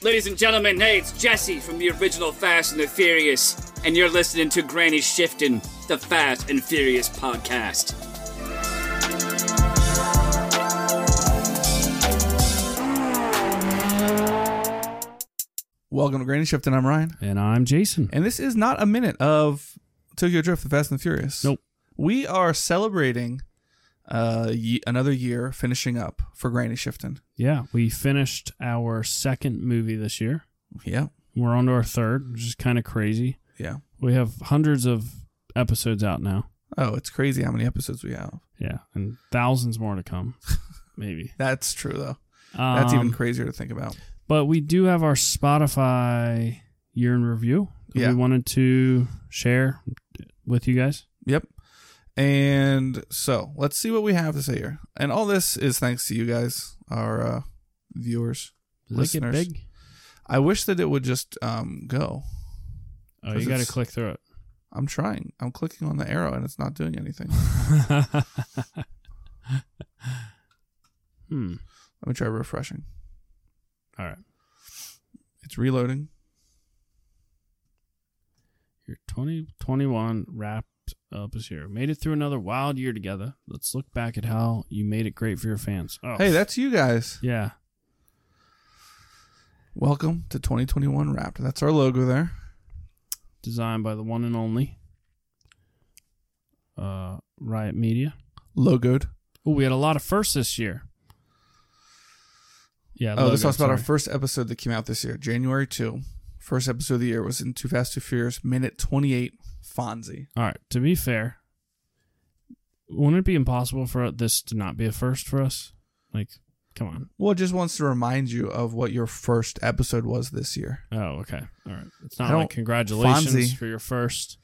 Ladies and gentlemen, hey, it's Jesse from the original Fast and the Furious, and you're listening to Granny Shifting, the Fast and Furious podcast. Welcome to Granny Shift, and I'm Ryan. And I'm Jason. And this is not a minute of Tokyo Drift, The Fast and the Furious. Nope. We are celebrating uh, ye- another year finishing up for Granny Shifting. Yeah, we finished our second movie this year. Yeah. We're on to our third, which is kind of crazy. Yeah. We have hundreds of episodes out now. Oh, it's crazy how many episodes we have. Yeah, and thousands more to come, maybe. That's true, though. That's even Um, crazier to think about. But we do have our Spotify year in review. that Yeah. We wanted to share with you guys. Yep. And so let's see what we have to say here. And all this is thanks to you guys, our uh, viewers. Does it get Listeners. big? I wish that it would just um, go. Oh, 'Cause you got to it's- click through it. I'm trying. I'm clicking on the arrow and it's not doing anything. hmm. Let me try refreshing. All right. It's reloading. Your 2021 wrapped up is here. Made it through another wild year together. Let's look back at how you made it great for your fans. Oh, Hey, that's you guys. yeah. Welcome to 2021 Wrapped. That's our logo there. Designed by the one and only uh, Riot Media. Logoed. Oh, we had a lot of firsts this year. Yeah. oh, this logo, talks about our sorry. first episode that came out this year, January 2. First episode of the year was in Too Fast, Too Furious, minute 28, Fonzie. All right. To be fair, wouldn't it be impossible for this to not be a first for us? Like, come on. Well, it just wants to remind you of what your first episode was this year. Oh, okay. All right. It's I not don't- like congratulations Fonzie. for your first.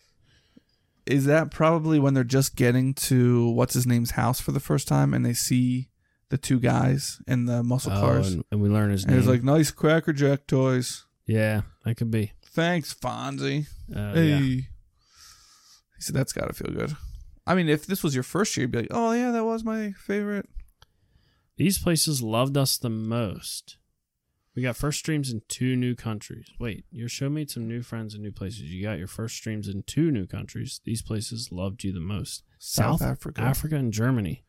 Is that probably when they're just getting to what's his name's house for the first time and they see the two guys in the muscle cars? Oh, and, and we learn his and name. he's like, nice Cracker Jack toys. yeah, that could be. Thanks, Fonzie. Uh, hey. yeah. He said, that's got to feel good. I mean, if this was your first year, you'd be like, oh, yeah, that was my favorite. These places loved us the most. We got first streams in two new countries. Wait, your show made some new friends and new places. You got your first streams in two new countries. These places loved you the most. South Africa. Africa and Germany.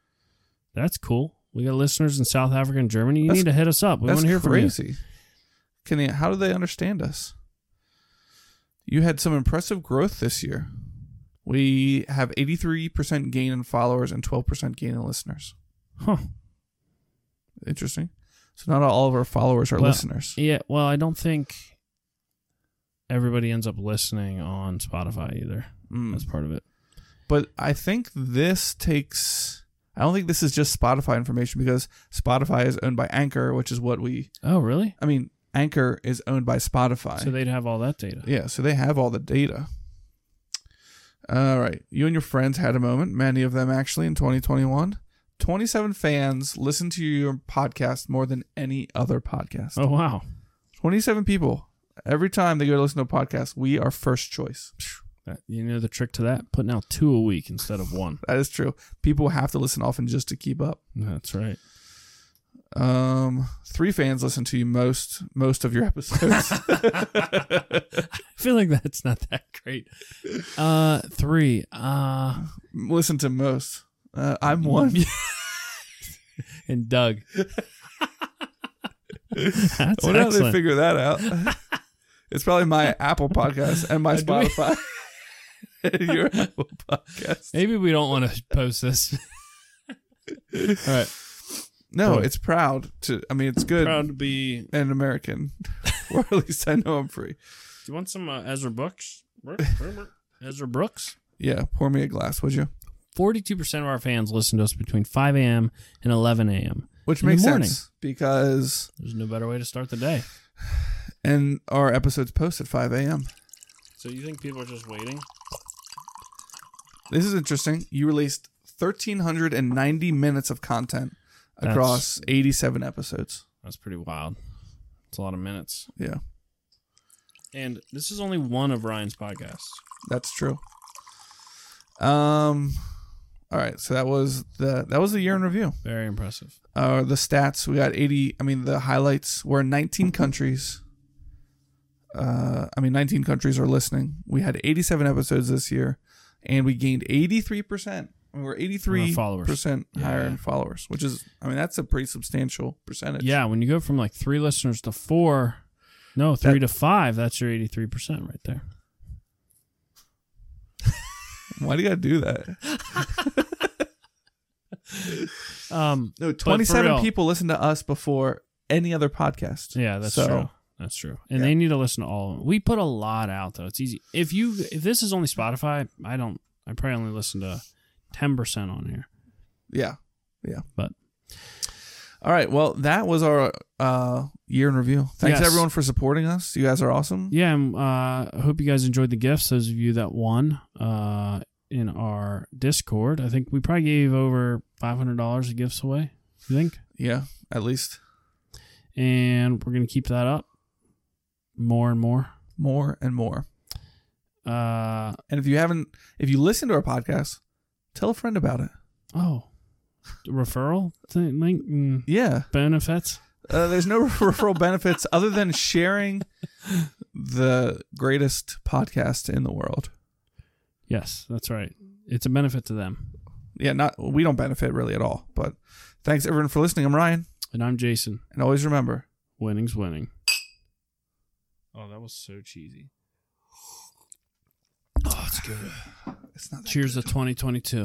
That's cool. We got listeners in South Africa and Germany. You That's- need to hit us up. We want That's to hear from crazy. Can they? How do they understand us? You had some impressive growth this year. We have 83% gain in followers and 12% gain in listeners. you. Huh. Interesting. So not all of our followers are Well, listeners. Yeah, well, I don't think everybody ends up listening on Spotify either. Mm. That's part of it. But I think this takes. I don't think this is just Spotify information because Spotify is owned by Anchor, which is what we. Oh, really? I mean, Anchor is owned by Spotify. So they'd have all that data. Yeah, so they have all the data. All right. You and your friends had a moment, many of them actually, in 2021. 27 fans listened to your podcast more than any other podcast. Oh wow, 27 people. Every time they go to listen to a podcast, we are first choice. That- Uh, you know the trick to that? Putting out two a week instead of one. That is true. People have to listen often just to keep up. That's right. Um, three fans listen to you most most of your episodes. I feel like that's not that great. Uh, three. Uh, listen to most. Uh, I'm one. and Doug. that's I wonder how they excellent. figure that out. it's probably my Apple podcast and my do we- Spotify. and your Apple podcast. Maybe we don't want to post this. all right, No, Boy. it's proud to. I mean, it's good proud to be. Do and American, or at least I know I'm free. you want some uh, Ezra Brooks? Ezra Brooks. Yeah, pour me a glass, would you? Forty-two percent of our fans listen to us between five a.m. and eleven a.m. Which In the makes morning. sense because There's no better way to start the day. and our episodes post at 5 a.m. So you think people are just waiting? This is interesting. You released 1,390 minutes of content That's- across 87 episodes. That's pretty wild. It's a lot of minutes. Yeah, And this is only one of Ryan's podcasts. That's true. Um, all right. So that was the that was the year in review. Very impressive. Uh, the stats we got eighty. I mean, the highlights were in nineteen countries. uh, I mean, 19 countries are listening. We had 87 episodes this year, and we gained 83%. We were 83% followers. higher Yeah. in followers, which is, I mean, that's a pretty substantial percentage. Yeah, when you go from like three listeners to four, no, three to five, that's your 83% right there. Why do you got to do that? Um, No, for 27 real. people listened to us before any other podcast. yeah, that's So- true. That's true. And they need to listen to all of them. We put a lot out, though. It's easy. If you if this is only Spotify, I don't, I probably only listen to 10% on here. Yeah. Yeah. But- all right. Well, that was our uh, year in review. Thanks Yes. everyone for supporting us. You guys are awesome. Yeah, and, uh, I hope you guys enjoyed the gifts. Those of you that won uh, in our Discord, I think we probably gave over $500 of gifts away, you think? Yeah. At least And we're going to keep that up more and more. more and more. Uh, And if you haven't, if you listen to our podcast, tell a friend about it. Oh, The referral thing, link mm, Yeah. benefits. Uh, there's no referral benefits other than sharing the greatest podcast in the world. Yes, that's right. It's a benefit to them. Yeah. Not, we don't benefit really at all. But thanks everyone for listening. I'm Ryan. And I'm Jason. And always remember, Winning's winning. Oh, that was so cheesy. Oh, it's good. it's not that Cheers to 2022.